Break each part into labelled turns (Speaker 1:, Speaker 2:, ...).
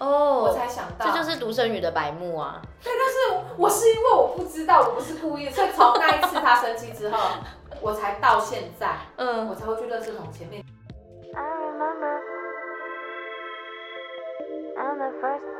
Speaker 1: 我
Speaker 2: 哦，
Speaker 1: 才想到
Speaker 2: 这。就是独生女的白目啊！
Speaker 1: 对，但是我是因为我不知道，我不是故意的，所以从那一次他生 气之后，我才到现在，
Speaker 2: 嗯，
Speaker 1: 我才会去乐视桶前面。
Speaker 3: I remember on the first.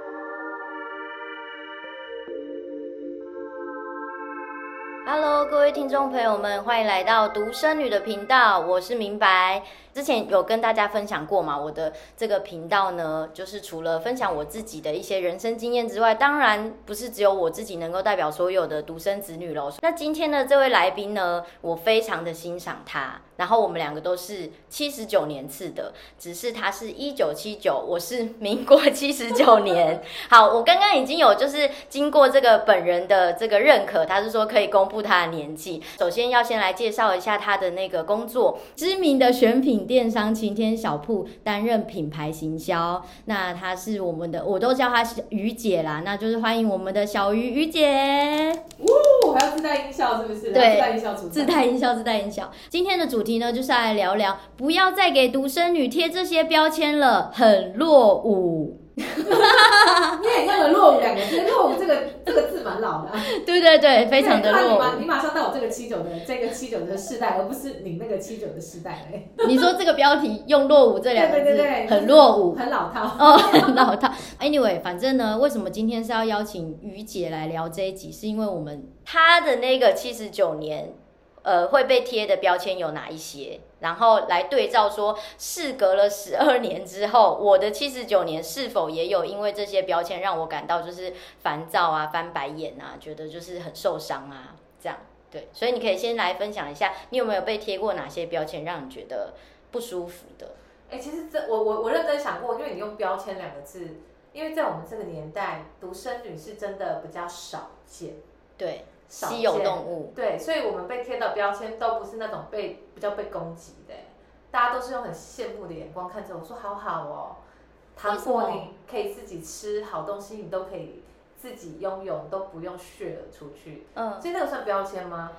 Speaker 2: Hello，各位听众朋友们，欢迎来到独生女的频道，我是明白。之前有跟大家分享过嘛，我的这个频道呢，就是除了分享我自己的一些人生经验之外，当然不是只有我自己能够代表所有的独生子女喽。那今天的这位来宾呢，我非常的欣赏他，然后我们两个都是七十九年次的，只是他是一九七九，我是民国七十九年。 好，我刚刚已经有就是经过这个本人的这个认可，他是说可以公布他的年纪。首先要先来介绍一下他的那个工作，知名的选品电商晴天小铺担任品牌行销。那他是我们的，我都叫他于姐啦，那就是欢迎我们的小于于姐。
Speaker 1: 哦我还要自带音效，是不是？
Speaker 2: 对
Speaker 1: 自带音效主持
Speaker 2: 自
Speaker 1: 人。
Speaker 2: 带音效，自带音效。今天的主题呢，就是来聊聊，不要再给独生女贴这些标签了，很落伍。
Speaker 1: 你也用了“落伍”两个字，“落伍”这个这个字蛮老的啊，
Speaker 2: 对对对， 非常的
Speaker 1: 对
Speaker 2: 落
Speaker 1: 你
Speaker 2: 伍。
Speaker 1: 马你马上到我这个七九的这个七九的世代，而不是你那个七九的世代了欸
Speaker 2: 你说这个标题用“落伍”这两个字
Speaker 1: 对对对对
Speaker 2: 很落伍
Speaker 1: 很老套。
Speaker 2: 哦，很老套。Anyway，反正呢，为什么今天是要邀请于姐来聊这一集，是因为我们她的那个七十九年，呃，会被贴的标签有哪一些，然后来对照说，事隔了十二年之后，我的七十九年是否也有因为这些标签让我感到就是烦躁啊、翻白眼啊，觉得就是很受伤啊，这样。对，所以你可以先来分享一下，你有没有被贴过哪些标签让你觉得不舒服的？
Speaker 1: 哎、其实这我我我认真想过，因为你用“标签”两个字，因为在我们这个年代，独生女是真的比较少见，
Speaker 2: 对，
Speaker 1: 少
Speaker 2: 稀有
Speaker 1: 见
Speaker 2: 动物。
Speaker 1: 对，所以我们被贴的标签都不是那种被比较被攻击的，欸大家都是用很羡慕的眼光看着我说：“好好哦，糖果
Speaker 2: 为什么
Speaker 1: 你可以自己吃，好东西你都可以自己拥有，你都不用 share 出去。”
Speaker 2: 嗯，
Speaker 1: 所以那个算标签吗？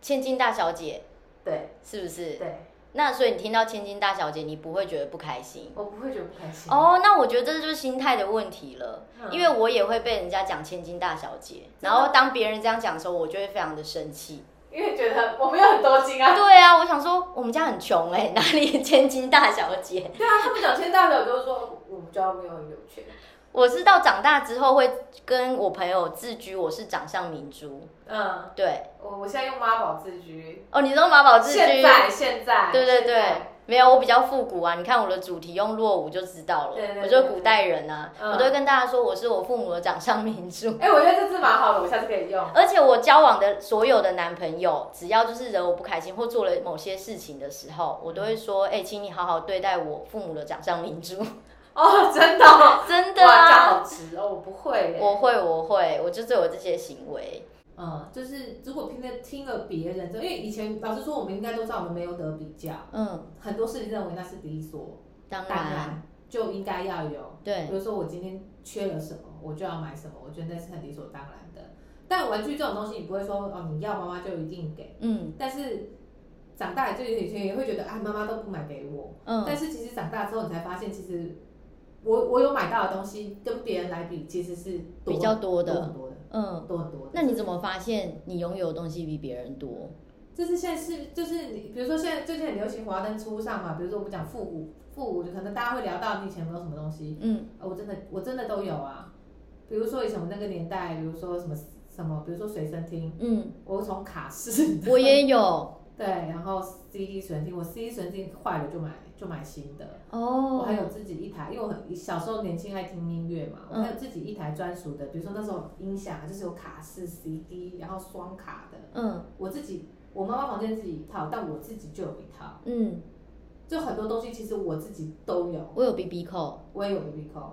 Speaker 2: 千金大小姐
Speaker 1: 对
Speaker 2: 是不是？
Speaker 1: 对，
Speaker 2: 那所以你听到千金大小姐，你不会觉得不开心？
Speaker 1: 我不会觉得不开心。
Speaker 2: 哦，那我觉得这就是心态的问题了，
Speaker 1: 嗯
Speaker 2: 因为我也会被人家讲千金大小姐，
Speaker 1: 真的
Speaker 2: 然后当别人这样讲的时候，我就会非常的生 气。
Speaker 1: 因为觉得我没有很多金啊，
Speaker 2: 对啊，我想说我们家很穷哎、 哪里千金大小姐？
Speaker 1: 对啊，他们讲千代表就是说我们家没有很有钱，
Speaker 2: 我是到长大之后会跟我朋友自居，我是掌上明珠。
Speaker 1: 嗯，
Speaker 2: 对，
Speaker 1: 我我现在用妈宝自居，
Speaker 2: 哦，你说马宝自居？
Speaker 1: 现在现在，
Speaker 2: 对对
Speaker 1: 现
Speaker 2: 对
Speaker 1: 在，
Speaker 2: 没有，我比较复古啊。你看我的主题用落伍就知道了，
Speaker 1: 对对对
Speaker 2: 我就是古代人啊，
Speaker 1: 嗯
Speaker 2: 我都会跟大家说我是我父母的掌上明珠。
Speaker 1: 哎、我觉得这字蛮好的，我下次可以用。
Speaker 2: 而且我交往的所有的男朋友，只要就是惹我不开心或做了某些事情的时候，我都会说：“哎、请你好好对待我父母的掌上明 珠。
Speaker 1: 哦，真的、哦，”
Speaker 2: 真的
Speaker 1: 哇，这样
Speaker 2: 啊，
Speaker 1: 好直哦，我不会耶。
Speaker 2: 我会，我会，我就是有这些行为。
Speaker 1: 嗯，就是如果听了听了别人的，因为以前老实说，我们应该都知道我们没有得比较，
Speaker 2: 嗯，
Speaker 1: 很多事情认为那是理所
Speaker 2: 当
Speaker 1: 当
Speaker 2: 然，
Speaker 1: 然就应该要有。
Speaker 2: 嗯啊对
Speaker 1: 比如说我今天缺了什么，我就要买什么，我觉得那是很理所当然的。但玩具这种东西，你不会说哦，你要妈妈就一定给，
Speaker 2: 嗯
Speaker 1: 但是长大了就以前也会觉得啊，妈妈都不买给我。但
Speaker 2: 嗯，
Speaker 1: 是其实长大之后，你才发现，其实我我有买到的东西跟别人来比，其实是多
Speaker 2: 比较多的
Speaker 1: 很多的，
Speaker 2: 嗯。
Speaker 1: 多很多的。
Speaker 2: 那你怎么发现你拥有的东西比别人多？
Speaker 1: 就是现在是就是你，比如说现在最近很流行华灯初上嘛，比如说我们讲复古，复古就可能大家会聊到你以前有没有什么东西，
Speaker 2: 嗯
Speaker 1: 呃我真的我真的都有啊。比如说以前我们那个年代，比如说什么什么，比如说随身听，
Speaker 2: 嗯，
Speaker 1: 我从卡式，
Speaker 2: 我也有
Speaker 1: 对，然后 CD 随身听，我 CD 随身听坏了就买就买新的。
Speaker 2: 哦。
Speaker 1: 我还有自己一台，因为我很小时候年轻爱听音乐嘛，我
Speaker 2: 嗯
Speaker 1: 还有自己一台专属的，比如说那时候音响啊就是有卡式 CD，然后双卡的，
Speaker 2: 嗯
Speaker 1: 我自己我妈妈房间自己一套，但我自己就有一套，
Speaker 2: 嗯，
Speaker 1: 就很多东西其实我自己都有，
Speaker 2: 我有 BB 扣。
Speaker 1: 我也有 BB 扣，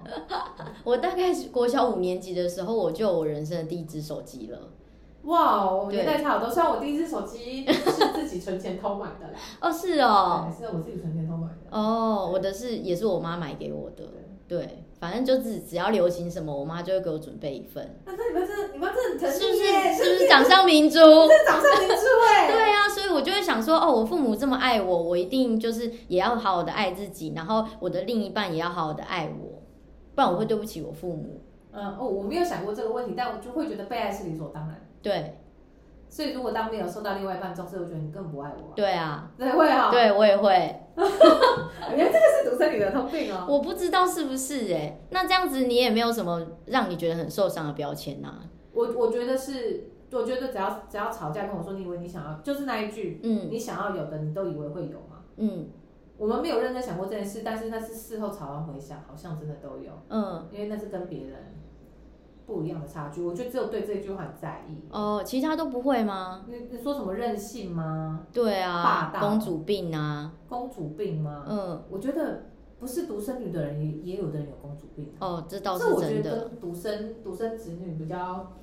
Speaker 2: 我大概是国小五年级的时候，我就有我人生的第一只手机了。
Speaker 1: 哇，我
Speaker 2: 对
Speaker 1: 年代差好多，虽然我第一只手机是自己存钱偷买的啦，
Speaker 2: 哦，是哦，
Speaker 1: 对是我自己存钱偷买的，
Speaker 2: 哦，我的是也是我妈买给我的
Speaker 1: 对。。
Speaker 2: 对，反正就只只要流行什么，我妈就会给我准备一份。
Speaker 1: 那那你们真的，你们真的很
Speaker 2: 是
Speaker 1: 疼
Speaker 2: 不
Speaker 1: 惜
Speaker 2: 是
Speaker 1: 耶？
Speaker 2: 是不是
Speaker 1: 长
Speaker 2: 掌上明珠？
Speaker 1: 真的长上明珠哎？
Speaker 2: 对啊，所以我就会想说，哦，我父母这么爱我，我一定就是也要好好的爱自己，然后我的另一半也要好好的爱我。不然我会对不起我父母。
Speaker 1: 嗯，哦，我没有想过这个问题，但我就会觉得被爱是理所当然。
Speaker 2: 对
Speaker 1: 所以如果当没有受到另外一半重视，我觉得你更不爱我啊、
Speaker 2: 对啊，
Speaker 1: 对，会啊、
Speaker 2: 对我也会，
Speaker 1: 原来这个是独生女的通病哦。
Speaker 2: 我不知道是不是哎、那这样子你也没有什么让你觉得很受伤的标签啊呐、
Speaker 1: 我我觉得是，我觉得只要只要吵架跟我说，你以为你想要，就是那一句，
Speaker 2: 嗯
Speaker 1: 你想要有的，你都以为会有吗？
Speaker 2: 嗯
Speaker 1: 我们没有认真想过这件事，但是那是事后吵完回想，好像真的都有，
Speaker 2: 嗯，
Speaker 1: 因为那是跟别人不一样的差距。我就只有对这句话很在意。
Speaker 2: 哦，其他都不会吗？
Speaker 1: 你你说什么任性吗？
Speaker 2: 对
Speaker 1: 霸
Speaker 2: 啊，
Speaker 1: 道
Speaker 2: 公主病啊，
Speaker 1: 公主病吗？
Speaker 2: 嗯，
Speaker 1: 我觉得不是独生女的人也也有的人有公主病、啊。
Speaker 2: 哦，这倒是
Speaker 1: 这我觉
Speaker 2: 真
Speaker 1: 得
Speaker 2: 的。
Speaker 1: 跟独生独生子女比较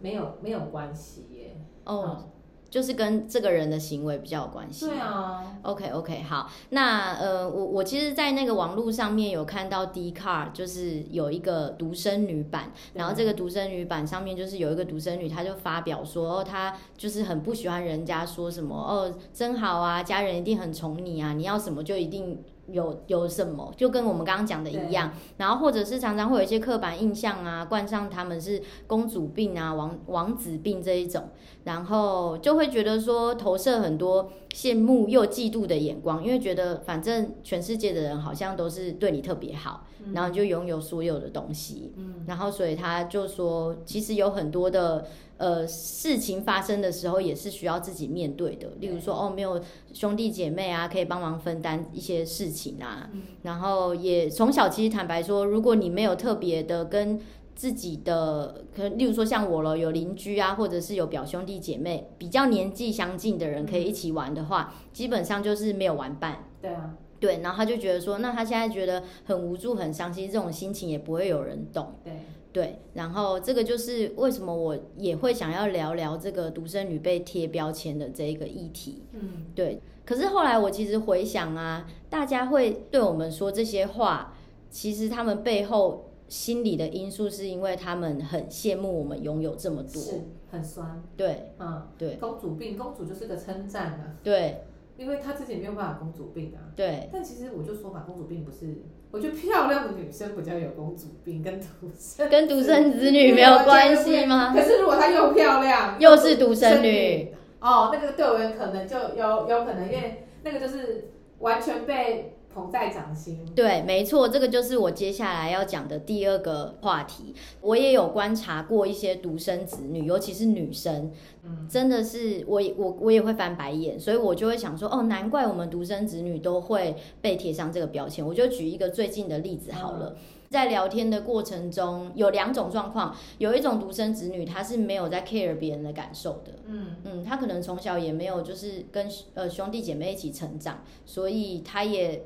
Speaker 1: 没有没有关系耶。嗯
Speaker 2: 哦，就是跟这个人的行为比较有关系。
Speaker 1: 对啊，
Speaker 2: OK OK，好，那呃，我我其实，在那个网络上面有看到 d c a r 就是有一个独生女版，
Speaker 1: 对
Speaker 2: 然后这个独生女版上面就是有一个独生女，她就发表说，哦，她就是很不喜欢人家说什么哦，真好啊，家人一定很宠你啊，你要什么就一定。有有什么，就跟我们刚刚讲的一样，然后或者是常常会有一些刻板印象啊，冠上他们是公主病啊、王王子病这一种，然后就会觉得说投射很多羡慕又嫉妒的眼光，因为觉得反正全世界的人好像都是对你特别好，
Speaker 1: 嗯
Speaker 2: 然后你就拥有所有的东西。
Speaker 1: 嗯，
Speaker 2: 然后，所以他就说，其实有很多的呃事情发生的时候，也是需要自己面对的。例如说，哦，没有兄弟姐妹啊，可以帮忙分担一些事情啊。
Speaker 1: 嗯
Speaker 2: 然后也从小，其实坦白说，如果你没有特别的跟自己的，可能例如说像我了，有邻居啊，或者是有表兄弟姐妹比较年纪相近的人，可以一起玩的话，基本上就是没有玩伴。
Speaker 1: 对啊，
Speaker 2: 对，然后他就觉得说，那他现在觉得很无助、很伤心，这种心情也不会有人懂。
Speaker 1: 对，
Speaker 2: 对，然后这个就是为什么我也会想要聊聊这个独生女被贴标签的这一个议题。
Speaker 1: 嗯，
Speaker 2: 对，可是后来我其实回想啊，大家会对我们说这些话，其实他们背后心理的因素是因为他们很羡慕我们拥有这么多。
Speaker 1: 是很酸，
Speaker 2: 对，
Speaker 1: 嗯，
Speaker 2: 对，
Speaker 1: 公主病，公主就是个称赞啊，
Speaker 2: 对，
Speaker 1: 因为她自己没有办法公主病啊。
Speaker 2: 对，
Speaker 1: 但其实我就说嘛，公主病不是，我觉得漂亮的女生比较有公主病，跟独 生
Speaker 2: 跟独生子女没有关系吗？
Speaker 1: 可是如果她又漂亮，
Speaker 2: 啊又是独生女。
Speaker 1: 哦，那个对我们可能就有有可能，因为那个就是完全被捧在掌心。
Speaker 2: 对，没错，这个就是我接下来要讲的第二个话题。我也有观察过一些独生子女，尤其是女生，
Speaker 1: 嗯，
Speaker 2: 真的是我也我我也会翻白眼，所以我就会想说，哦，难怪我们独生子女都会被贴上这个标签。我就举一个最近的例子好了。在聊天的过程中，有两种状况，有一种独生子女，他是没有在 care 别人的感受的，
Speaker 1: 嗯，
Speaker 2: 嗯，他可能从小也没有就是跟呃兄弟姐妹一起成长，所以他也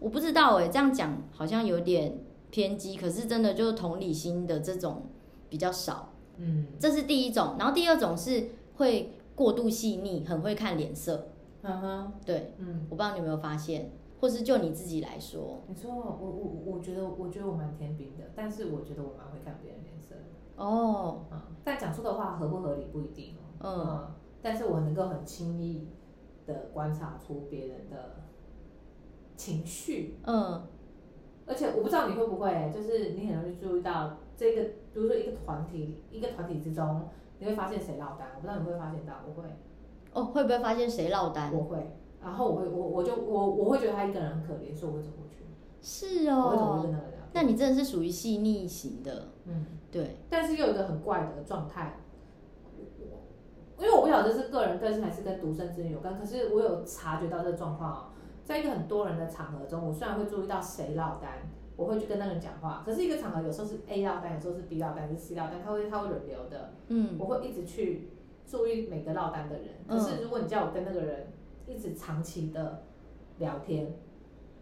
Speaker 2: 我不知道哎、这样讲好像有点偏激，可是真的就是同理心的这种比较少，
Speaker 1: 嗯
Speaker 2: 这是第一种。然后第二种是会过度细腻，很会看脸色。
Speaker 1: 嗯哼，
Speaker 2: 对，
Speaker 1: 嗯，
Speaker 2: 我不知道你有没有发现，或是就你自己来说，
Speaker 1: 你说我我我我觉得我觉得我蛮天兵的，但是我觉得我蛮会看别人脸色的。
Speaker 2: 哦，
Speaker 1: 嗯，但讲出的话合不合理不一定哦。
Speaker 2: 嗯
Speaker 1: 但是我能够很轻易的观察出别人的情绪，
Speaker 2: 嗯
Speaker 1: 而且我不知道你会不会，就是你很容易注意到这个，比如说一个团体，一个团体之中，你会发现谁落单，我不知道你会发现到，我会，
Speaker 2: 哦，会不会发现谁落单？
Speaker 1: 我会，然后我会，我我就我我会觉得他一个人很可怜，所以我会走过去，
Speaker 2: 是
Speaker 1: 我会走过去
Speaker 2: 哦
Speaker 1: 跟，他们聊天。
Speaker 2: 那你真的是属于细腻型的，
Speaker 1: 嗯，
Speaker 2: 对，
Speaker 1: 但是又有一个很怪的状态，我因为我不晓得这是个人个性还是跟独生子女有关，可是我有察觉到这个状况哦，在一个很多人的场合中，我虽然会注意到谁落单，我会去跟那个人讲话，可是一个场合有时候是 A 落单，有时候是 B 落单，有时候是 C 落单，他会他会轮流的，
Speaker 2: 嗯
Speaker 1: 我会一直去注意每个落单的人。可
Speaker 2: 嗯
Speaker 1: 是如果你叫我跟那个人一直长期的聊天，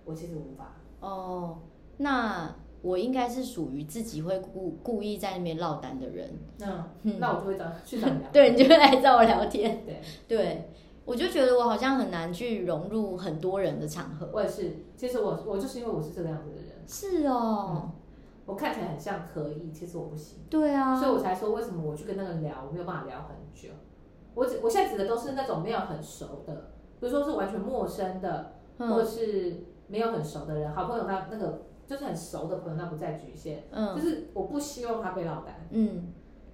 Speaker 1: 我其实无法。
Speaker 2: 哦，那我应该是属于自己会故故意在那边落单的人。
Speaker 1: 那、
Speaker 2: 嗯。
Speaker 1: 那我就会找去找你聊
Speaker 2: 对，你就会来找我聊天。
Speaker 1: 对。
Speaker 2: 对，我就觉得我好像很难去融入很多人的场合。
Speaker 1: 我也是，其实我我就是因为我是这个样子的人，
Speaker 2: 是哦，
Speaker 1: 嗯我看起来很像可以，其实我不行，
Speaker 2: 对啊
Speaker 1: 所以，我才说为什么我去跟那个人聊，我没有办法聊很久。我只我现在指的都是那种没有很熟的，比如说是完全陌生的，或
Speaker 2: 嗯
Speaker 1: 是没有很熟的人，好朋友那那个就是很熟的朋友，那不再局限。就
Speaker 2: 嗯
Speaker 1: 是我不希望他被落单，
Speaker 2: 嗯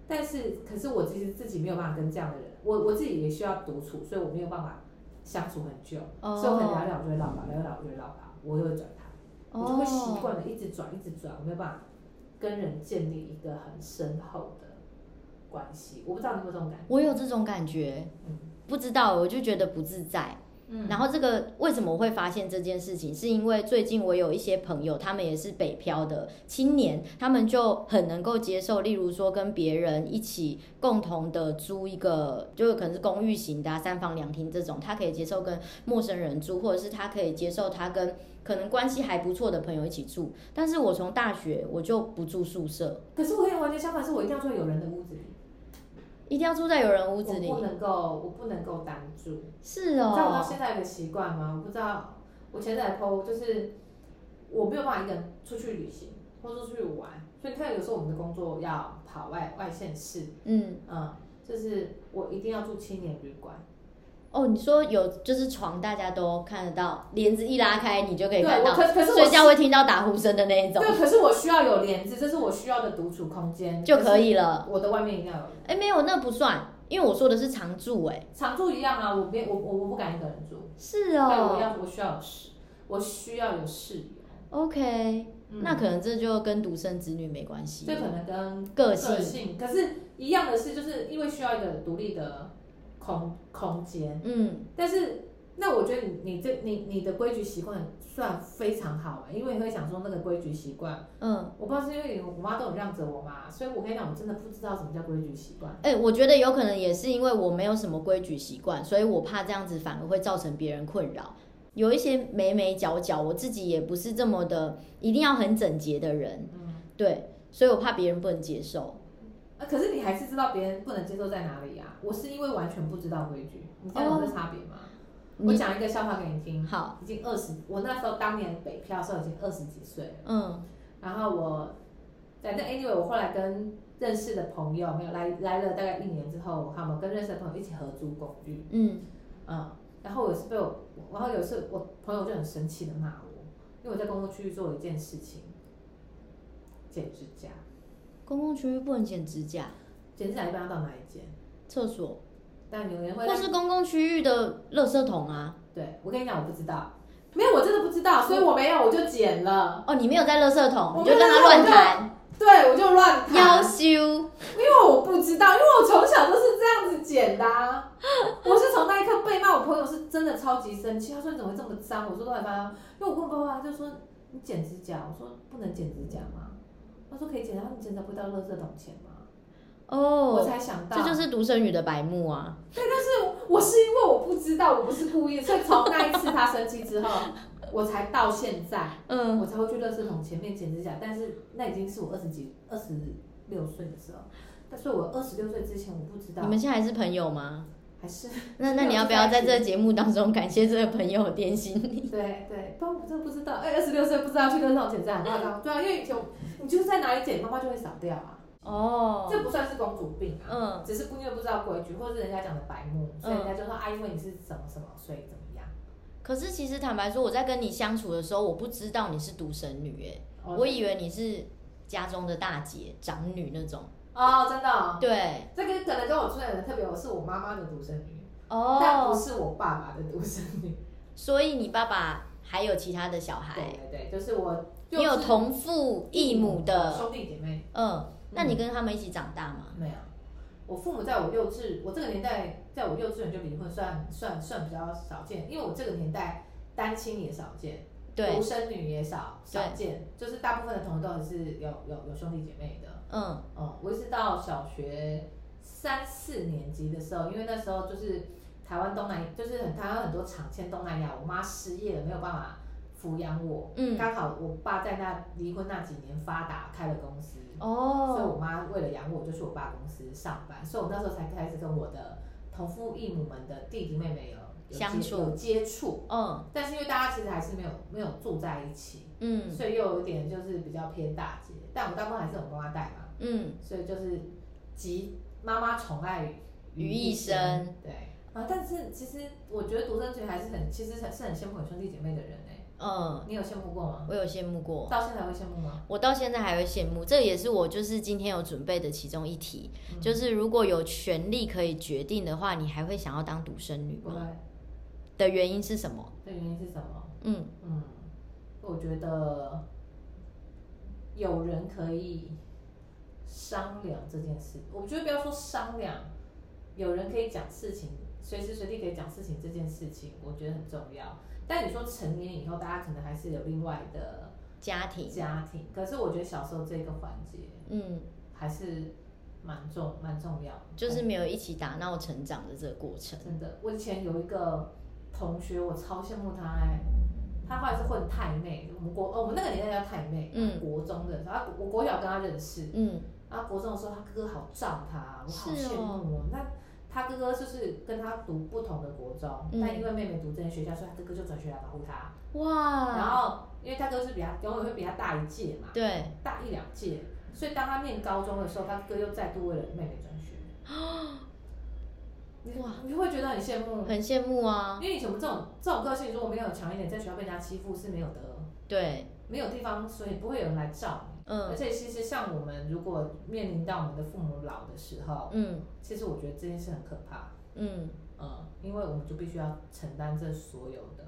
Speaker 1: 但是可是我其实自己没有办法跟这样的人，我我自己也需要独处，所以我没有办法相处很久，
Speaker 2: 哦，
Speaker 1: 所以我可能聊一聊就会落跑，聊一聊就会落跑，我就会转他，我就会习
Speaker 2: 哦
Speaker 1: 惯的一直转一直转，我没有办法跟人建立一个很深厚的关系。我不知道你有没有这种感觉，
Speaker 2: 我有这种感觉，
Speaker 1: 嗯
Speaker 2: 不知道我就觉得不自在。
Speaker 1: 嗯
Speaker 2: 然后这个为什么我会发现这件事情，是因为最近我有一些朋友，他们也是北漂的青年，他们就很能够接受，例如说跟别人一起共同的租一个，就是可能是公寓型的、啊、三房两厅这种，他可以接受跟陌生人住，或者是他可以接受他跟可能关系还不错的朋友一起住。但是我从大学我就不住宿舍，
Speaker 1: 可是我跟你完全相反，是我一定要住在有人的屋子里，
Speaker 2: 一定要住在有人屋子里
Speaker 1: 我不。能够我不能够单住。
Speaker 2: 是
Speaker 1: 你知道我到
Speaker 2: 哦，
Speaker 1: 现在有个习惯吗？我不知道，我前阵子 PO 就是我没有办法一个人出去旅行或者出去玩，所以你看有时候我们的工作要跑外外县市，
Speaker 2: 嗯，
Speaker 1: 嗯，就是我一定要住青年旅馆，
Speaker 2: 哦，你说有就是床大家都看得到，帘子一拉开你就可以
Speaker 1: 对
Speaker 2: 看
Speaker 1: 我
Speaker 2: 到。
Speaker 1: 可可是我
Speaker 2: 睡觉会听到打呼声的那一种
Speaker 1: 对，可是我需要有帘子，这是我需要的独处空间
Speaker 2: 就可。以
Speaker 1: 可
Speaker 2: 了。
Speaker 1: 是我的外面一定要有人，
Speaker 2: 哎，没有，那不算，因为我说的是常住、哎，
Speaker 1: 常住一样啊，我没我我我不敢一个人住，
Speaker 2: 是
Speaker 1: 对，我
Speaker 2: 哦。
Speaker 1: 要我需要有室，我需要有室友，
Speaker 2: OK，、
Speaker 1: 嗯
Speaker 2: 那可能这就跟独生子女没关系
Speaker 1: 这。可能跟
Speaker 2: 个
Speaker 1: 个
Speaker 2: 性，
Speaker 1: 性，可是一样的是，就是因为需要一个独立的空空间。
Speaker 2: 嗯，
Speaker 1: 但是，那我觉得你你这你你的规矩习惯算非常好啊、因为你会想说那个规矩习惯，
Speaker 2: 嗯，
Speaker 1: 我不知道是因为我妈都有让着我嘛，所以我跟你讲，我真的不知道什么叫规矩习惯。
Speaker 2: 哎、我觉得有可能也是因为我没有什么规矩习惯，所以我怕这样子反而会造成别人困扰。有一些眉眉角角，我自己也不是这么的，一定要很整洁的人，
Speaker 1: 嗯，
Speaker 2: 对，所以我怕别人不能接受。
Speaker 1: 啊，可是你还是知道别人不能接受在哪里啊。我是因为完全不知道规矩，你知道我的差别吗？我
Speaker 2: 你
Speaker 1: 讲一个笑话给你听。
Speaker 2: 好，
Speaker 1: 已经二十，我那时候当年北漂的时候已经二十几岁了。
Speaker 2: 嗯
Speaker 1: 然后我，反正 anyway，我后来跟认识的朋友没有来来了大概一年之后，他们跟认识的朋友一起合租公寓，
Speaker 2: 嗯，
Speaker 1: 嗯，然后有一次被我，然后有一次我朋友就很生气的骂我，因为我在公共区域做了一件事情，剪指甲，
Speaker 2: 公共区域不能剪指甲，
Speaker 1: 剪指甲一般要到哪里剪？
Speaker 2: 厕所
Speaker 1: 但有人会
Speaker 2: 或是公共区域的垃圾桶啊。
Speaker 1: 对我跟你讲，我不知道，没有，我真的不知道，所以我没有，我就剪了，
Speaker 2: 哦，你没有在垃圾桶，
Speaker 1: 我
Speaker 2: 你
Speaker 1: 没有
Speaker 2: 就让它乱弹，
Speaker 1: 对我就乱
Speaker 2: 要
Speaker 1: 弹，
Speaker 2: 修。
Speaker 1: 因为我不知道，因为我从小都是这样子剪的、啊。我是从那一刻被骂，我朋友是真的超级生气，他说你怎么会这么脏？我说都还发，因为我问爸爸，他就说你剪指甲，我说不能剪指甲吗？他说可以剪，然后你剪指甲不会到垃圾桶前吗？我
Speaker 2: 哦，
Speaker 1: 才想到，
Speaker 2: 这就是独生女的白目啊。
Speaker 1: 对，但是我是因为我不知道，我不是故意，所以从那一次他生气之后，我才到现在，
Speaker 2: 嗯，
Speaker 1: 我才会去垃圾桶前面剪指甲，但是那已经是我二十几、二十六岁的时候，但所以我二十六岁之前我不知道
Speaker 2: 你，们现在还是朋友吗？
Speaker 1: 还是
Speaker 2: 那
Speaker 1: 没有
Speaker 2: 那你要不要在
Speaker 1: 在一起
Speaker 2: 这个节目当中感谢这个朋友点醒你？
Speaker 1: 对对，不然我真的不知道，哎、2二十六岁不知道去垃圾桶剪指甲很夸
Speaker 2: 嗯
Speaker 1: 张，对啊，因为以前我你就是在哪里剪，妈妈就会扫掉啊，
Speaker 2: 哦，
Speaker 1: 这不算是公主病啊，
Speaker 2: 嗯
Speaker 1: 只是不因为不知道规矩，或者是人家讲的白目，所以人家就说、啊，因为你是什么什么，所以怎么样。
Speaker 2: 可是其实坦白说，我在跟你相处的时候，我不知道你是独生女，哎，
Speaker 1: 哦
Speaker 2: 我以为你是家中的大姐、长女那种。
Speaker 1: 哦，真的、哦，
Speaker 2: 对，
Speaker 1: 这个可能跟我出来的人特别，我是我妈妈的独生女，但不
Speaker 2: 哦，
Speaker 1: 是我爸爸的独生女。
Speaker 2: 所以你爸爸还有其他的小孩。
Speaker 1: 对对对，就是我，
Speaker 2: 哎你有同父异母的，
Speaker 1: 兄弟姐妹
Speaker 2: 嗯，那你跟他们一起长大吗？
Speaker 1: 没有？我父母在我幼稚，我这个年代，在我幼稚园就离婚算，算算比较少见，因为我这个年代单亲也少见，
Speaker 2: 对
Speaker 1: 独，生女也少少见，就是大部分的同学都还是有有有兄弟姐妹的。
Speaker 2: 嗯，
Speaker 1: 嗯，我一直到小学三四年级的时候，因为那时候就是台湾东南，就是很台湾很多厂迁东南亚，我妈失业了，没有办法抚养我。
Speaker 2: 嗯
Speaker 1: 刚好我爸在那离婚那几年发达，开了公司，所以
Speaker 2: 哦，
Speaker 1: 我妈为了养我，就去我爸公司上班，所以我那时候才开始跟我的同父异母们的弟弟妹妹有有接
Speaker 2: 相处
Speaker 1: 有接触，
Speaker 2: 嗯
Speaker 1: 但是因为大家其实还是没有没有住在一起，
Speaker 2: 嗯
Speaker 1: 所以又有点就是比较偏大街，但我大部分还是我妈妈带嘛，
Speaker 2: 嗯，
Speaker 1: 所以就是集妈妈宠爱
Speaker 2: 于一身，
Speaker 1: 对啊，但是其实我觉得独生子女还是很其实是很羡慕有兄弟姐妹的人哎、
Speaker 2: 嗯，
Speaker 1: 你有羡慕过吗？
Speaker 2: 我有羡慕过，
Speaker 1: 到现在会羡慕吗？
Speaker 2: 我到现在还会羡慕，这也是我就是今天有准备的其中一题，
Speaker 1: 嗯
Speaker 2: 就是如果有权利可以决定的话，你还会想要当独生女
Speaker 1: 不会
Speaker 2: 吗？，的原因是什么？
Speaker 1: 这原因是什么？
Speaker 2: 嗯，
Speaker 1: 嗯，我觉得有人可以商量这件事，我觉得不要说商量，有人可以讲事情，随时随地可以讲事情这件事情，我觉得很重要。但你说成年以后，大家可能还是有另外的
Speaker 2: 家庭，
Speaker 1: 家庭，可是我觉得小时候这个环节
Speaker 2: 嗯，
Speaker 1: 还是蛮重蛮重要的，
Speaker 2: 就是没有一起打闹成长的这个过程。
Speaker 1: 真的，我以前有一个同学，我超羡慕他哎、他后来是混太妹，我们国哦，我们那个年代叫太妹，
Speaker 2: 嗯
Speaker 1: 国中的时候，他我国小跟他认识，
Speaker 2: 嗯，
Speaker 1: 然后国中的时候他哥哥好照他，我好
Speaker 2: 是
Speaker 1: 羡
Speaker 2: 哦
Speaker 1: 慕哦。那他哥哥就是跟他读不同的国中，
Speaker 2: 嗯
Speaker 1: 但因为妹妹读这间学校，所以他哥哥就转学来保护他。然
Speaker 2: 哇，
Speaker 1: 后因为他哥是比他永远会比他大一届嘛，
Speaker 2: 啊对，
Speaker 1: 大一两届，所以当他念高中的时候，他哥又再度为了妹妹转 学。
Speaker 2: 哇
Speaker 1: 哇，你会觉得很羡慕，
Speaker 2: 很羡慕啊。
Speaker 1: 因为以前我们这种这种个性如果没有强一点，在学校被人家欺负是没有的，
Speaker 2: 对，
Speaker 1: 没有地方，所以不会有人来罩你。而
Speaker 2: 嗯
Speaker 1: 且其实像我们如果面临到我们的父母老的时候，
Speaker 2: 嗯
Speaker 1: 其实我觉得这件事很可怕，
Speaker 2: 嗯
Speaker 1: 嗯，因为我们就必须要承担这所有的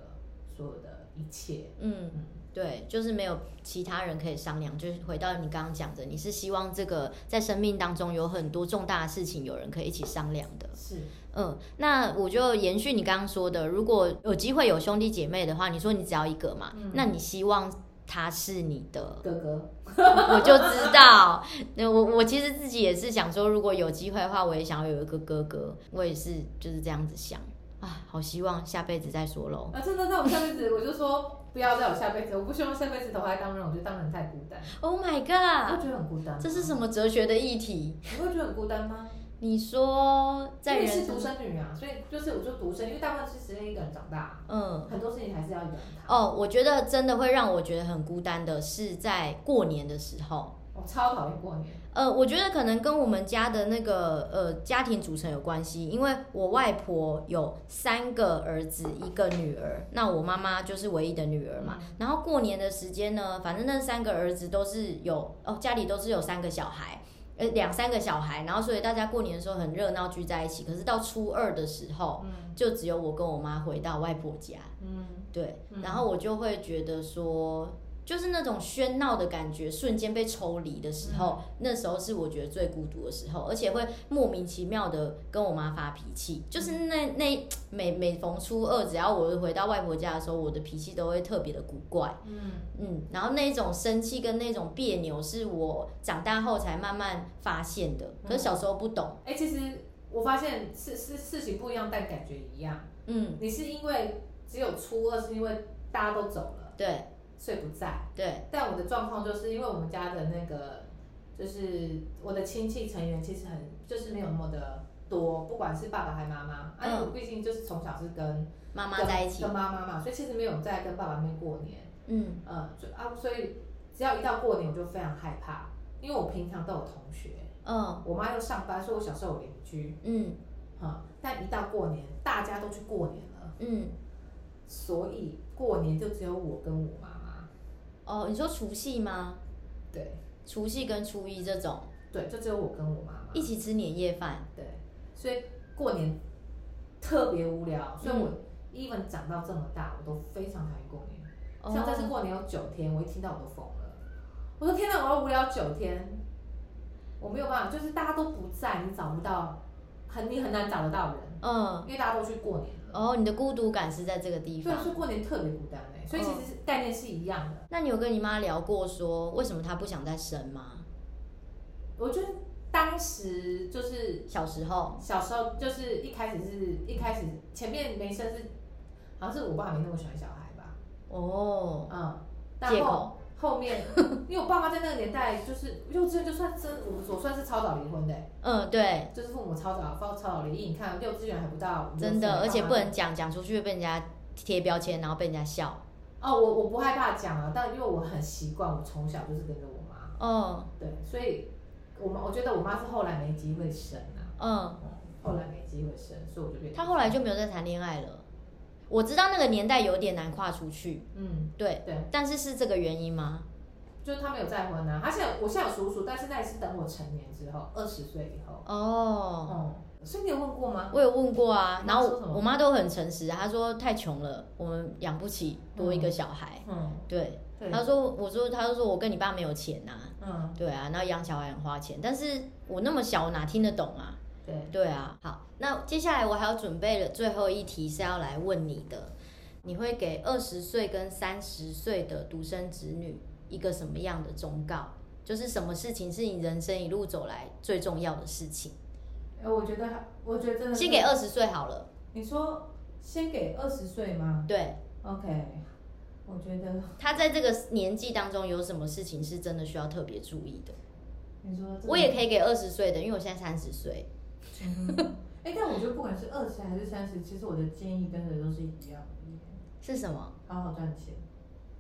Speaker 1: 所有的一切，
Speaker 2: 嗯，
Speaker 1: 嗯，
Speaker 2: 对，就是没有其他人可以商量。就是回到你刚刚讲的，你是希望这个在生命当中有很多重大的事情，有人可以一起商量的。
Speaker 1: 是
Speaker 2: 嗯，那我就延续你刚刚说的，如果有机会有兄弟姐妹的话，你说你只要一个嘛，
Speaker 1: 嗯
Speaker 2: 那你希望他是你的，
Speaker 1: 哥哥，
Speaker 2: 我就知道。那我我其实自己也是想说，如果有机会的话，我也想要有一个哥哥，我也是就是这样子想啊，好希望下辈子再说喽。
Speaker 1: 啊，真的，那我下辈子我就说不要再有下辈子，我不希望下辈子投胎当人，我觉得当人太孤单，
Speaker 2: Oh my
Speaker 1: 你
Speaker 2: god，
Speaker 1: 会觉得很孤单吗，
Speaker 2: 这是什么哲学的议题？
Speaker 1: 你会觉得很孤单吗？
Speaker 2: 你说在
Speaker 1: 因为
Speaker 2: 人
Speaker 1: 是
Speaker 2: 生
Speaker 1: 独，生女啊，所以就是我就独生，因为大部分是时间一个人长大，
Speaker 2: 嗯。
Speaker 1: 很多事情还是要一个人扛。
Speaker 2: 哦，我觉得真的会让我觉得很孤单的是在过年的时候，
Speaker 1: 我超讨厌过年，
Speaker 2: 呃，我觉得可能跟我们家的那个呃家庭组成有关系，因为我外婆有三个儿子，一个女儿，那我妈妈就是唯一的女儿嘛。然后过年的时间呢，反正那三个儿子都是有哦，家里都是有三个小孩。呃，两三个小孩，然后所以大家过年的时候很热闹，聚在一起。可是到初二的时候，
Speaker 1: 嗯
Speaker 2: 就只有我跟我妈回到外婆家。
Speaker 1: 嗯，
Speaker 2: 对，
Speaker 1: 嗯
Speaker 2: 然后我就会觉得说，就是那种喧闹的感觉，瞬间被抽离的时
Speaker 1: 嗯
Speaker 2: 候，那时候是我觉得最孤独的时候，而且会莫名其妙的跟我妈发脾气。就是
Speaker 1: 嗯
Speaker 2: 那那每每逢初二，只要我回到外婆家的时候，我的脾气都会特别的古怪。
Speaker 1: 嗯，
Speaker 2: 嗯，然后那种生气跟那种别扭，是我长大后才慢慢发现的，
Speaker 1: 嗯
Speaker 2: 可是小时候不懂。
Speaker 1: 哎、其实我发现事事事情不一样，但感觉一样。
Speaker 2: 嗯，
Speaker 1: 你是因为只有初二是因为大家都走了，
Speaker 2: 对
Speaker 1: 所以不在。
Speaker 2: 对，
Speaker 1: 但我的状况就是因为我们家的那个，就是我的亲戚成员其实很就是没有那么的多，不管是爸爸还妈妈，哎、
Speaker 2: 嗯
Speaker 1: 我毕竟就是从小是跟
Speaker 2: 妈妈
Speaker 1: 跟
Speaker 2: 在一起
Speaker 1: 跟。妈妈嘛，所以其实没有在跟爸爸那边过年，
Speaker 2: 嗯
Speaker 1: 嗯，所以啊，所以只要一到过年我就非常害怕，因为我平常都有同学，
Speaker 2: 嗯
Speaker 1: 我妈又上班，所以我小时候有邻居，
Speaker 2: 嗯
Speaker 1: 嗯，但一到过年大家都去过年了，
Speaker 2: 嗯，
Speaker 1: 所以过年就只有我跟我妈妈，
Speaker 2: 哦，你说除夕吗？
Speaker 1: 对
Speaker 2: 除夕跟初一这种
Speaker 1: 对，就只有我跟我妈妈
Speaker 2: 一起吃年夜饭，
Speaker 1: 对，所以过年特别无聊，所以我
Speaker 2: 嗯
Speaker 1: even 长到这么大，我都非常讨厌过年。
Speaker 2: 哦
Speaker 1: 像这次过年有九天，我一听到我都疯了，我说天哪，我要无聊九天，我没有办法，就是大家都不在，你找不到，很你很难找得到人，
Speaker 2: 嗯，
Speaker 1: 因为大家都去过年了。
Speaker 2: 哦，你的孤独感是在这个地
Speaker 1: 对，啊所
Speaker 2: 方。
Speaker 1: 以过年特别孤单哎、所以其实是概念是一样的。
Speaker 2: 那你有跟你妈聊过说为什么她不想再生吗？
Speaker 1: 我觉得当时就是
Speaker 2: 小时候，
Speaker 1: 小时候就是一开始是一开始前面没生是，好像是我爸没那么喜欢小孩吧，
Speaker 2: 哦，
Speaker 1: 嗯，
Speaker 2: 借
Speaker 1: 然后后面因为我爸妈在那个年代就是幼稚园就算真我我算是超早离婚的、欸
Speaker 2: 嗯，对，
Speaker 1: 就是父母超早超超早离异，你看幼稚园还不到，
Speaker 2: 真的，而且不
Speaker 1: 能
Speaker 2: 能讲，讲出去会被人家贴标签，然后被人家笑。
Speaker 1: 哦，我我不害怕讲啊，但因为我很习惯，我从小就是跟着我妈，
Speaker 2: 哦，
Speaker 1: 对，所以我妈我觉得我妈是后来没机会生啊，
Speaker 2: 嗯，
Speaker 1: 嗯后来没机会生，所以我就变
Speaker 2: 她后来就没有再谈恋爱了。我知道那个年代有点难跨出去，
Speaker 1: 嗯，
Speaker 2: 对，
Speaker 1: 对，
Speaker 2: 但是是这个原因吗？
Speaker 1: 就是他没有再婚啊。他现在我现在有叔叔，但是那也是等我成年之后，二十岁以后。
Speaker 2: 哦，
Speaker 1: 哦、所以你有问过吗？
Speaker 2: 我有问过啊，
Speaker 1: 你
Speaker 2: 然
Speaker 1: 妈
Speaker 2: 后
Speaker 1: 说什么
Speaker 2: 我妈都很诚实，她说太穷了，我们养不起多一个小孩。
Speaker 1: 嗯，
Speaker 2: 对，
Speaker 1: 对，
Speaker 2: 她说，我说，她就说我跟你爸没有钱呐、
Speaker 1: 嗯，
Speaker 2: 对啊，然后养小孩很花钱，但是我那么小，我哪听得懂啊？
Speaker 1: 对，
Speaker 2: 对啊，好，那接下来我还要准备了最后一题是要来问你的，你会给二十岁跟三十岁的独生子女一个什么样的忠告？就是什么事情是你人生一路走来最重要的事情？
Speaker 1: 哎，我觉得还，我觉得真的是
Speaker 2: 先给二十岁好了，
Speaker 1: 你说先给二十岁吗
Speaker 2: 对
Speaker 1: ？OK，我觉得
Speaker 2: 他在这个年纪当中有什么事情是真的需要特别注意的？
Speaker 1: 你说这个
Speaker 2: 我也可以给二十岁的，因为我现在三十岁。
Speaker 1: 嗯哼哎、但我觉得不管是二十还是三十，其实我的建议跟的都是一样的，
Speaker 2: 是什么？
Speaker 1: 好好赚钱。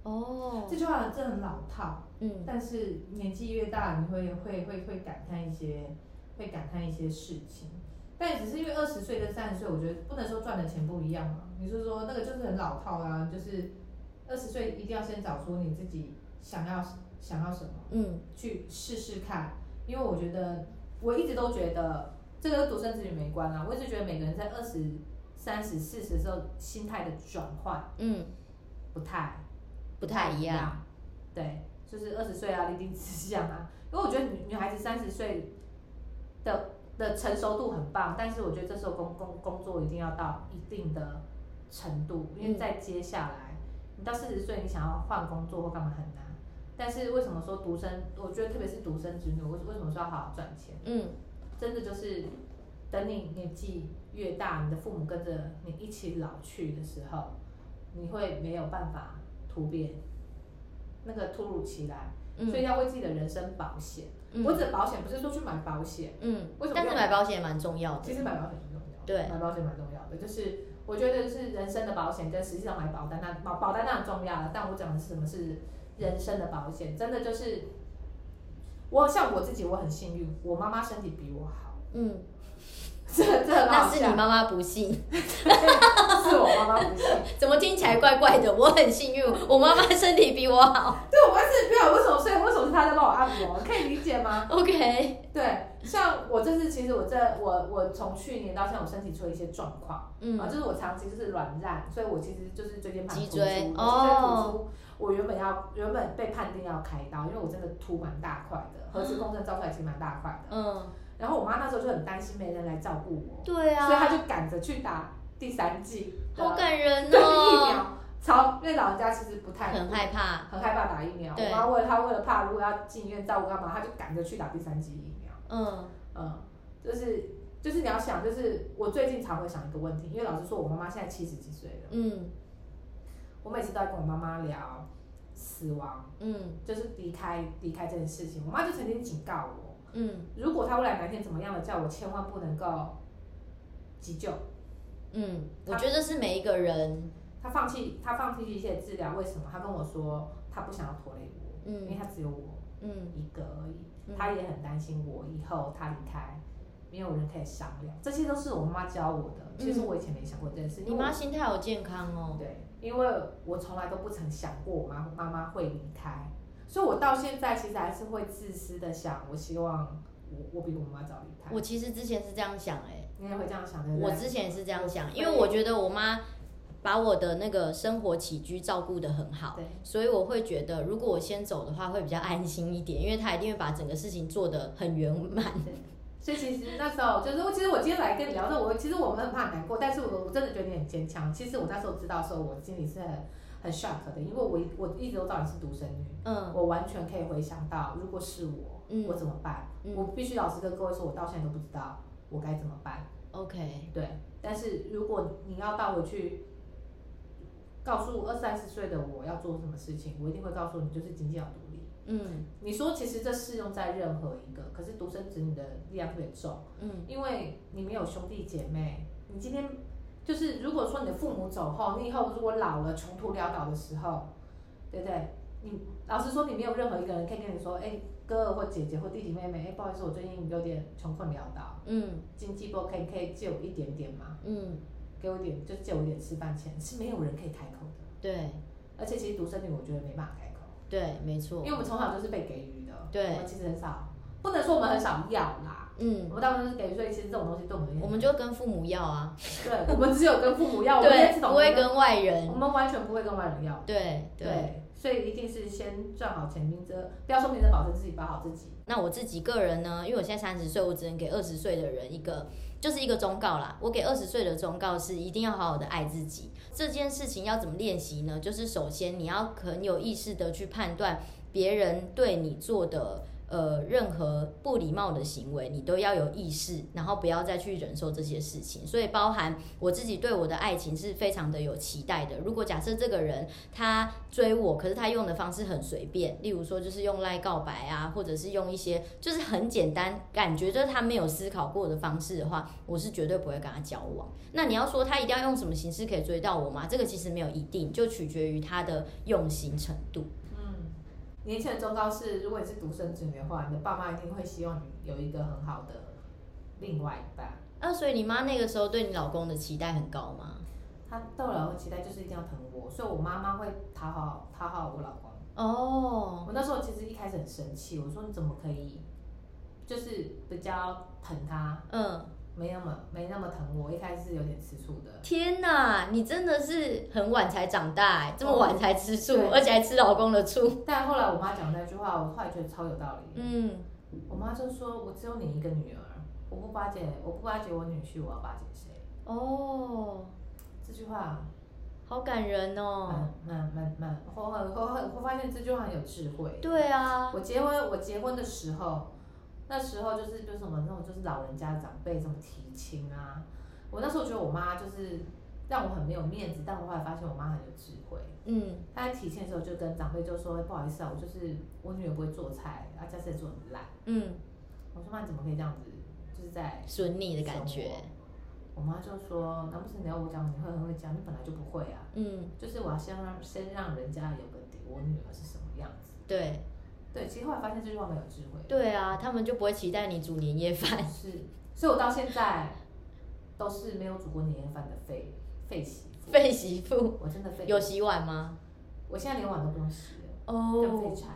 Speaker 2: 哦
Speaker 1: 这，句话真的很老套，
Speaker 2: 嗯，
Speaker 1: 但是年纪越大，你会会会会感叹一些，会感叹一些事情。但只是因为二十岁跟三十岁，我觉得不能说赚的钱不一样嘛。你是说那个就是很老套啦、就是二十岁一定要先找出你自己想要想要什么。
Speaker 2: 嗯，
Speaker 1: 去试试看，因为我觉得我一直都觉得这个跟独生子女没关啊，我一直觉得每个人在二十三十四十之后心态的转换
Speaker 2: 嗯，
Speaker 1: 不太
Speaker 2: 不太一样。，
Speaker 1: 对，就是二十岁啊，零零志向啊，因为我觉得女女孩子三十岁的的成熟度很棒，但是我觉得这时候工工工作一定要到一定的程度，因为
Speaker 2: 嗯
Speaker 1: 再接下来你到四十岁，你想要换工作或干嘛很难。但是为什么说独生？我觉得特别是独生子女，为为什么说要好好赚钱？
Speaker 2: 嗯，
Speaker 1: 真的就是等你年纪越大，你的父母跟着你一起老去的时候，你会没有办法突变，那个突如其来，
Speaker 2: 嗯
Speaker 1: 所以要为自己的人生保险。
Speaker 2: 嗯
Speaker 1: 我指的保险不是说去买保险，
Speaker 2: 嗯
Speaker 1: 为什么，
Speaker 2: 但是
Speaker 1: 要
Speaker 2: 买保险也蛮重要
Speaker 1: 其
Speaker 2: 的。
Speaker 1: 实买保险很重要，
Speaker 2: 对
Speaker 1: 买保险蛮重要的，就是我觉得是人生的保险跟实际上买保单那保保单那很重要了，但我讲的是什么是人生的保险，真的就是我像我自己，我很幸运，我妈妈身体比我好。
Speaker 2: 嗯，
Speaker 1: 这这很
Speaker 2: 那
Speaker 1: 好
Speaker 2: 是
Speaker 1: 笑
Speaker 2: 你妈妈不幸，
Speaker 1: 是我妈妈不信。
Speaker 2: 怎么听起来怪怪的？我很幸运，我妈妈身体比我 好。
Speaker 1: 对，我妈是没有，为什么？所以为什么是她在帮我按摩？可以理解 吗？
Speaker 2: OK，
Speaker 1: 对，像我这次，其实我这我我从去年到现在，我身体出了一些状况、啊，
Speaker 2: 嗯
Speaker 1: 就是我长期就是软烂，所以我其实就是椎间盘
Speaker 2: 脊
Speaker 1: 突出，我脊椎
Speaker 2: 椎
Speaker 1: 突出。
Speaker 2: 哦
Speaker 1: 我原本要原本被判定要开刀，因为我真的凸蛮大块的，核磁共振照出来其实蛮大块的。
Speaker 2: 嗯，
Speaker 1: 然后我妈那时候就很担心没人来照顾我，
Speaker 2: 对
Speaker 1: 所以她
Speaker 2: 啊，
Speaker 1: 就赶着去打第三剂的
Speaker 2: 好感人
Speaker 1: 对疫苗
Speaker 2: 哦，。
Speaker 1: 超，因为老人家其实不太
Speaker 2: 很害怕。
Speaker 1: 很害怕打疫苗。
Speaker 2: 对
Speaker 1: 我妈为了她为了怕如果要进医院照顾干嘛，她就赶着去打第三剂疫苗。
Speaker 2: 嗯
Speaker 1: 嗯，就是就是你要想，就是我最近常会想一个问题，因为老实说，我妈妈现在七十几岁了，
Speaker 2: 嗯
Speaker 1: 我每次都在跟我妈妈聊死亡，
Speaker 2: 嗯
Speaker 1: 就是离开离开这件事情。我妈就曾经警告我，
Speaker 2: 嗯
Speaker 1: 如果她未来哪天怎么样了，叫我千万不能够急救。
Speaker 2: 嗯，我觉得是每一个人，
Speaker 1: 她放弃她放弃一些治疗，为什么？她跟我说她不想要拖累我，因为
Speaker 2: 嗯
Speaker 1: 她只有我
Speaker 2: 嗯
Speaker 1: 一个而已。
Speaker 2: 嗯
Speaker 1: 他也很担心我以后他离开，没有人可以商量，这些都是我妈妈教我的。其实我以前没想过这件事，
Speaker 2: 嗯你
Speaker 1: 因为
Speaker 2: 妈
Speaker 1: 我
Speaker 2: 心态好健康哦。
Speaker 1: 对，因为我从来都不曾想过我妈妈妈会离开，所以我到现在其实还是会自私的想，我希望我我比我妈妈早离开。
Speaker 2: 我其实之前是这样想哎、
Speaker 1: 你也会这样想，对不
Speaker 2: 我
Speaker 1: 对？
Speaker 2: 之前也是这样想，
Speaker 1: 对
Speaker 2: 因为我觉得我妈把我的那个生活起居照顾得很好，
Speaker 1: 对
Speaker 2: 所以我会觉得如果我先走的话会比较安心一点，因为她一定会把整个事情做得很圆满。
Speaker 1: 所以其实那时候就是，我其实我今天来跟你聊的，我其实我们很怕难过，但是我我真的觉得你很坚强。其实我那时候知道的时候，我心里是很很 shock 的，因为我一我一直都知道你是独生女，
Speaker 2: 嗯
Speaker 1: 我完全可以回想到，如果是我，
Speaker 2: 嗯
Speaker 1: 我怎么办？
Speaker 2: 嗯
Speaker 1: 我必须老实跟各位说，我到现在都不知道我该怎么办。
Speaker 2: ，OK，
Speaker 1: 对，但是如果你要到我去告诉二三十岁的我要做什么事情，我一定会告诉你，就是经济要独立。
Speaker 2: 嗯
Speaker 1: 你说，其实这适用在任何一个，可是独生子女的力量特别重，
Speaker 2: 嗯
Speaker 1: 因为你没有兄弟姐妹，你今天就是如果说你的父母走后，你以后如果老了穷途潦倒的时候，对不对？你老实说，你没有任何一个人可以跟你说，哎，哥或姐姐或弟弟妹妹，哎，不好意思，我最近有点穷困潦倒，
Speaker 2: 嗯
Speaker 1: 经济不 OK，可以借我一点点吗？
Speaker 2: 嗯
Speaker 1: 给我一点，就是借我一点吃饭钱，是没有人可以开口的。
Speaker 2: 对
Speaker 1: 而且其实独生女，我觉得没办法开口，
Speaker 2: 对，没错
Speaker 1: 因为，我们从小就是被给予的，
Speaker 2: 对
Speaker 1: 我们其实很少，不能说我们很少要啦，
Speaker 2: 嗯，
Speaker 1: 我们大部分都是给予，所以其实这种东西对我们，
Speaker 2: 我们就跟父母要啊，
Speaker 1: 对，我们只有跟父母要，我们
Speaker 2: 对
Speaker 1: 这，种
Speaker 2: 不会跟外人
Speaker 1: 我，们完全不会跟外人要，
Speaker 2: 对对。
Speaker 1: 对，所以一定是先赚好钱，明哲不要说明哲保证自己保好自己，
Speaker 2: 那我自己个人呢，因为我现在三十岁，我只能给二十岁的人一个，就是一个忠告啦。我给二十岁的忠告是，一定要好好的爱自己。这件事情要怎么练习呢？就是首先你要很有意识的去判断别人对你做的。呃，任何不礼貌的行为，你都要有意识，然后不要再去忍受这些事情。所以，包含我自己对我的爱情是非常的有期待的。如果假设这个人他追我，可是他用的方式很随便，例如说就是用赖告白啊，或者是用一些就是很简单，感觉就是他没有思考过的方式的话，我是绝对不会跟他交往。那你要说他一定要用什么形式可以追到我吗？这个其实没有一定，就取决于他的用心程度。
Speaker 1: 嗯，年轻人忠告是，如果你是独生子女的话，你的爸妈一定会希望你有一个很好的另外一半。
Speaker 2: 那、啊所以你妈那个时候对你老公的期待很高吗？
Speaker 1: 他对我老公期待就是一定要疼我，所以我妈妈会讨好讨好我老公。
Speaker 2: 哦，
Speaker 1: 我那时候其实一开始很生气，我说你怎么可以，就是比较疼他，
Speaker 2: 嗯，
Speaker 1: 没那么没那么疼我。一开始是有点吃醋的，
Speaker 2: 天哪，你真的是很晚才长大欸，这么晚才吃醋，
Speaker 1: 对
Speaker 2: 而且还吃老公的醋。
Speaker 1: 但后来我妈讲那句话，我后来觉得超有道理。
Speaker 2: 嗯，
Speaker 1: 我妈就说我只有你一个女儿，我不巴结我不巴结我女婿，我要巴结谁？
Speaker 2: 哦，
Speaker 1: 这句话
Speaker 2: 好感人哦。
Speaker 1: 蛮蛮蛮蛮，我我我我发现这句话很有智慧。
Speaker 2: 对啊，
Speaker 1: 我结婚我结婚的时候，那时候就是就是什么那种就是老人家长辈什么提亲啊，我那时候觉得我妈就是让我很没有面子，但我后来发现我妈很有智慧。
Speaker 2: 嗯，
Speaker 1: 她在提亲的时候就跟长辈就说不好意思啊，我就是我女儿不会做菜，啊家事也做很烂。
Speaker 2: 嗯，
Speaker 1: 我说妈你怎么可以这样子，就是在
Speaker 2: 损你的感觉
Speaker 1: 损，我妈就说难不成你要我讲你会很会讲，你本来就不会啊。
Speaker 2: 嗯，
Speaker 1: 就是我要先让先让人家有个底，我女儿是什么样子。
Speaker 2: 对，
Speaker 1: 对，其实后来发现这句话没有智慧。
Speaker 2: 对啊，他们就不会期待你煮年夜饭。
Speaker 1: 是，所以我到现在都是没有煮过年夜饭的废废媳妇。
Speaker 2: 废媳妇
Speaker 1: 我真的废，
Speaker 2: 有洗碗吗？
Speaker 1: 我现在连碗都不用洗了，更废
Speaker 2: 哦，
Speaker 1: 柴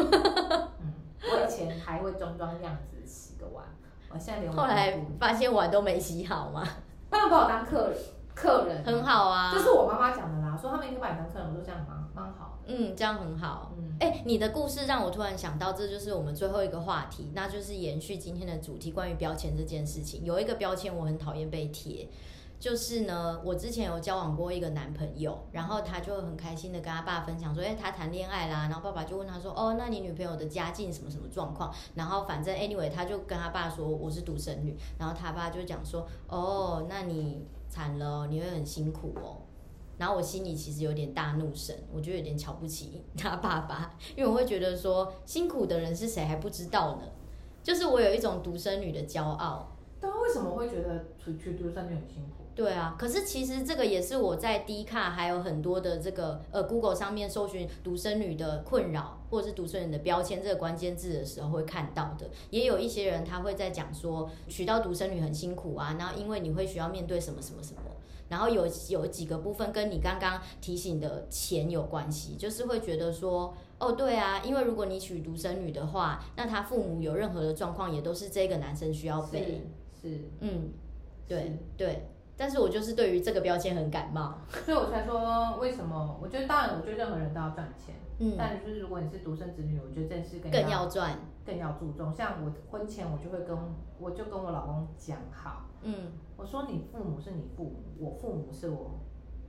Speaker 1: 了。嗯，我以前还会装装样子洗个碗，我现在连
Speaker 2: 后
Speaker 1: 碗
Speaker 2: 来
Speaker 1: 都不。
Speaker 2: 发现碗都没洗好嘛，
Speaker 1: 他们把我当客人，客人
Speaker 2: 很、好啊
Speaker 1: 这。是我妈妈讲的啦，说他们一定把你当客人，我说这样蛮蛮好的。
Speaker 2: 嗯，这样很好。
Speaker 1: 嗯，
Speaker 2: 哎、你的故事让我突然想到，这就是我们最后一个话题，那就是延续今天的主题，关于标签这件事情。有一个标签我很讨厌被贴，就是呢，我之前有交往过一个男朋友，然后他就很开心的跟他爸分享说，哎、他谈恋爱啦，然后爸爸就问他说，哦，那你女朋友的家境什么什么状况？然后反正 anyway，他就跟他爸说我是独生女，然后他爸就讲说，哦，那你惨了哦，你会很辛苦哦。然后我心里其实有点大怒神，我就有点瞧不起 他爸爸，因为我会觉得说辛苦的人是谁还不知道呢？就是我有一种独生女的骄傲。
Speaker 1: 但为什么会觉得去去读三年很辛苦？
Speaker 2: 对啊，可是其实这个也是我在 D 卡还有很多的这个呃 Google 上面搜寻独生女的困扰或者是独生女的标签这个关键字的时候会看到的。也有一些人他会在讲说娶到独生女很辛苦啊，然后因为你会需要面对什么什么什么。然后有有几个部分跟你刚刚提醒的钱有关系，就是会觉得说，哦，对啊，因为如果你娶独生女的话，那他父母有任何的状况，也都是这个男生需要背。
Speaker 1: 是是，
Speaker 2: 嗯，对对，但是我就是对于这个标签很感冒。
Speaker 1: 所以我才说为什么？我觉得当然，我觉得任何人都要赚钱，
Speaker 2: 嗯，
Speaker 1: 但就是如果你是独生子女，我觉得这件事更
Speaker 2: 更要赚。
Speaker 1: 更要注重。像我婚前我就会跟我就跟我老公讲好，
Speaker 2: 嗯，
Speaker 1: 我说你父母是你父母，我父母是我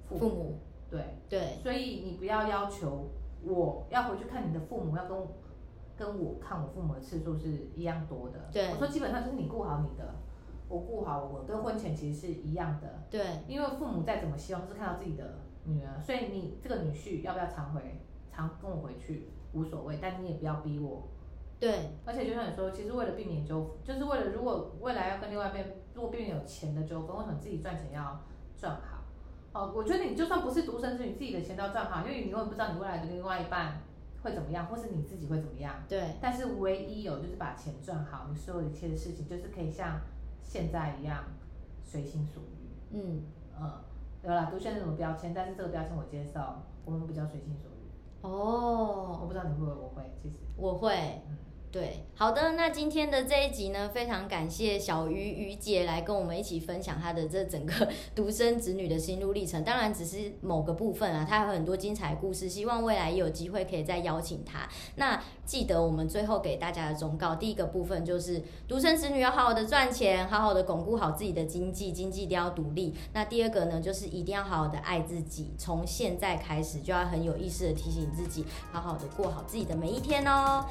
Speaker 1: 父
Speaker 2: 父
Speaker 1: 母，
Speaker 2: 母
Speaker 1: 对，
Speaker 2: 对，
Speaker 1: 所以你不要要求我要回去看你的父母，要跟我跟我看我父母的次数是一样多的。
Speaker 2: 对
Speaker 1: 我说基本上就是你顾好你的，我顾好我跟婚前其实是一样的。
Speaker 2: 对，
Speaker 1: 因为父母再怎么希望是看到自己的女儿，所以你这个女婿要不要常回常跟我回去无所谓，但你也不要逼我。
Speaker 2: 对，
Speaker 1: 而且就像你说，其实为了避免纠纷，就是为了如果未来要跟另外一边，如果避免有钱的纠纷，为什么自己赚钱要赚好？哦，我觉得你就算不是独生子女，自己的钱都要赚好，因为你永远不知道你未来的另外一半会怎么样，或是你自己会怎么样。
Speaker 2: 对，
Speaker 1: 但是唯一有就是把钱赚好，你所有一切的事情就是可以像现在一样随心所欲。
Speaker 2: 嗯，
Speaker 1: 嗯，有啦，独生是什么标签，但是这个标签我接受，我们比较随心所欲。我
Speaker 2: 哦，
Speaker 1: 不知道你会不会，我会，其实，
Speaker 2: 我会。
Speaker 1: 嗯，
Speaker 2: 对，好的，那今天的这一集呢，非常感谢小鱼鱼姐来跟我们一起分享她的这整个独生子女的心路历程。当然，只是某个部分啊，她还有很多精彩故事，希望未来也有机会可以再邀请她。那记得我们最后给大家的忠告，第一个部分就是独生子女要好好的赚钱，好好的巩固好自己的经济，经济一定要独立。那第二个呢，就是一定要好好的爱自己，从现在开始就要很有意识的提醒自己，好好的过好自己的每一天哦。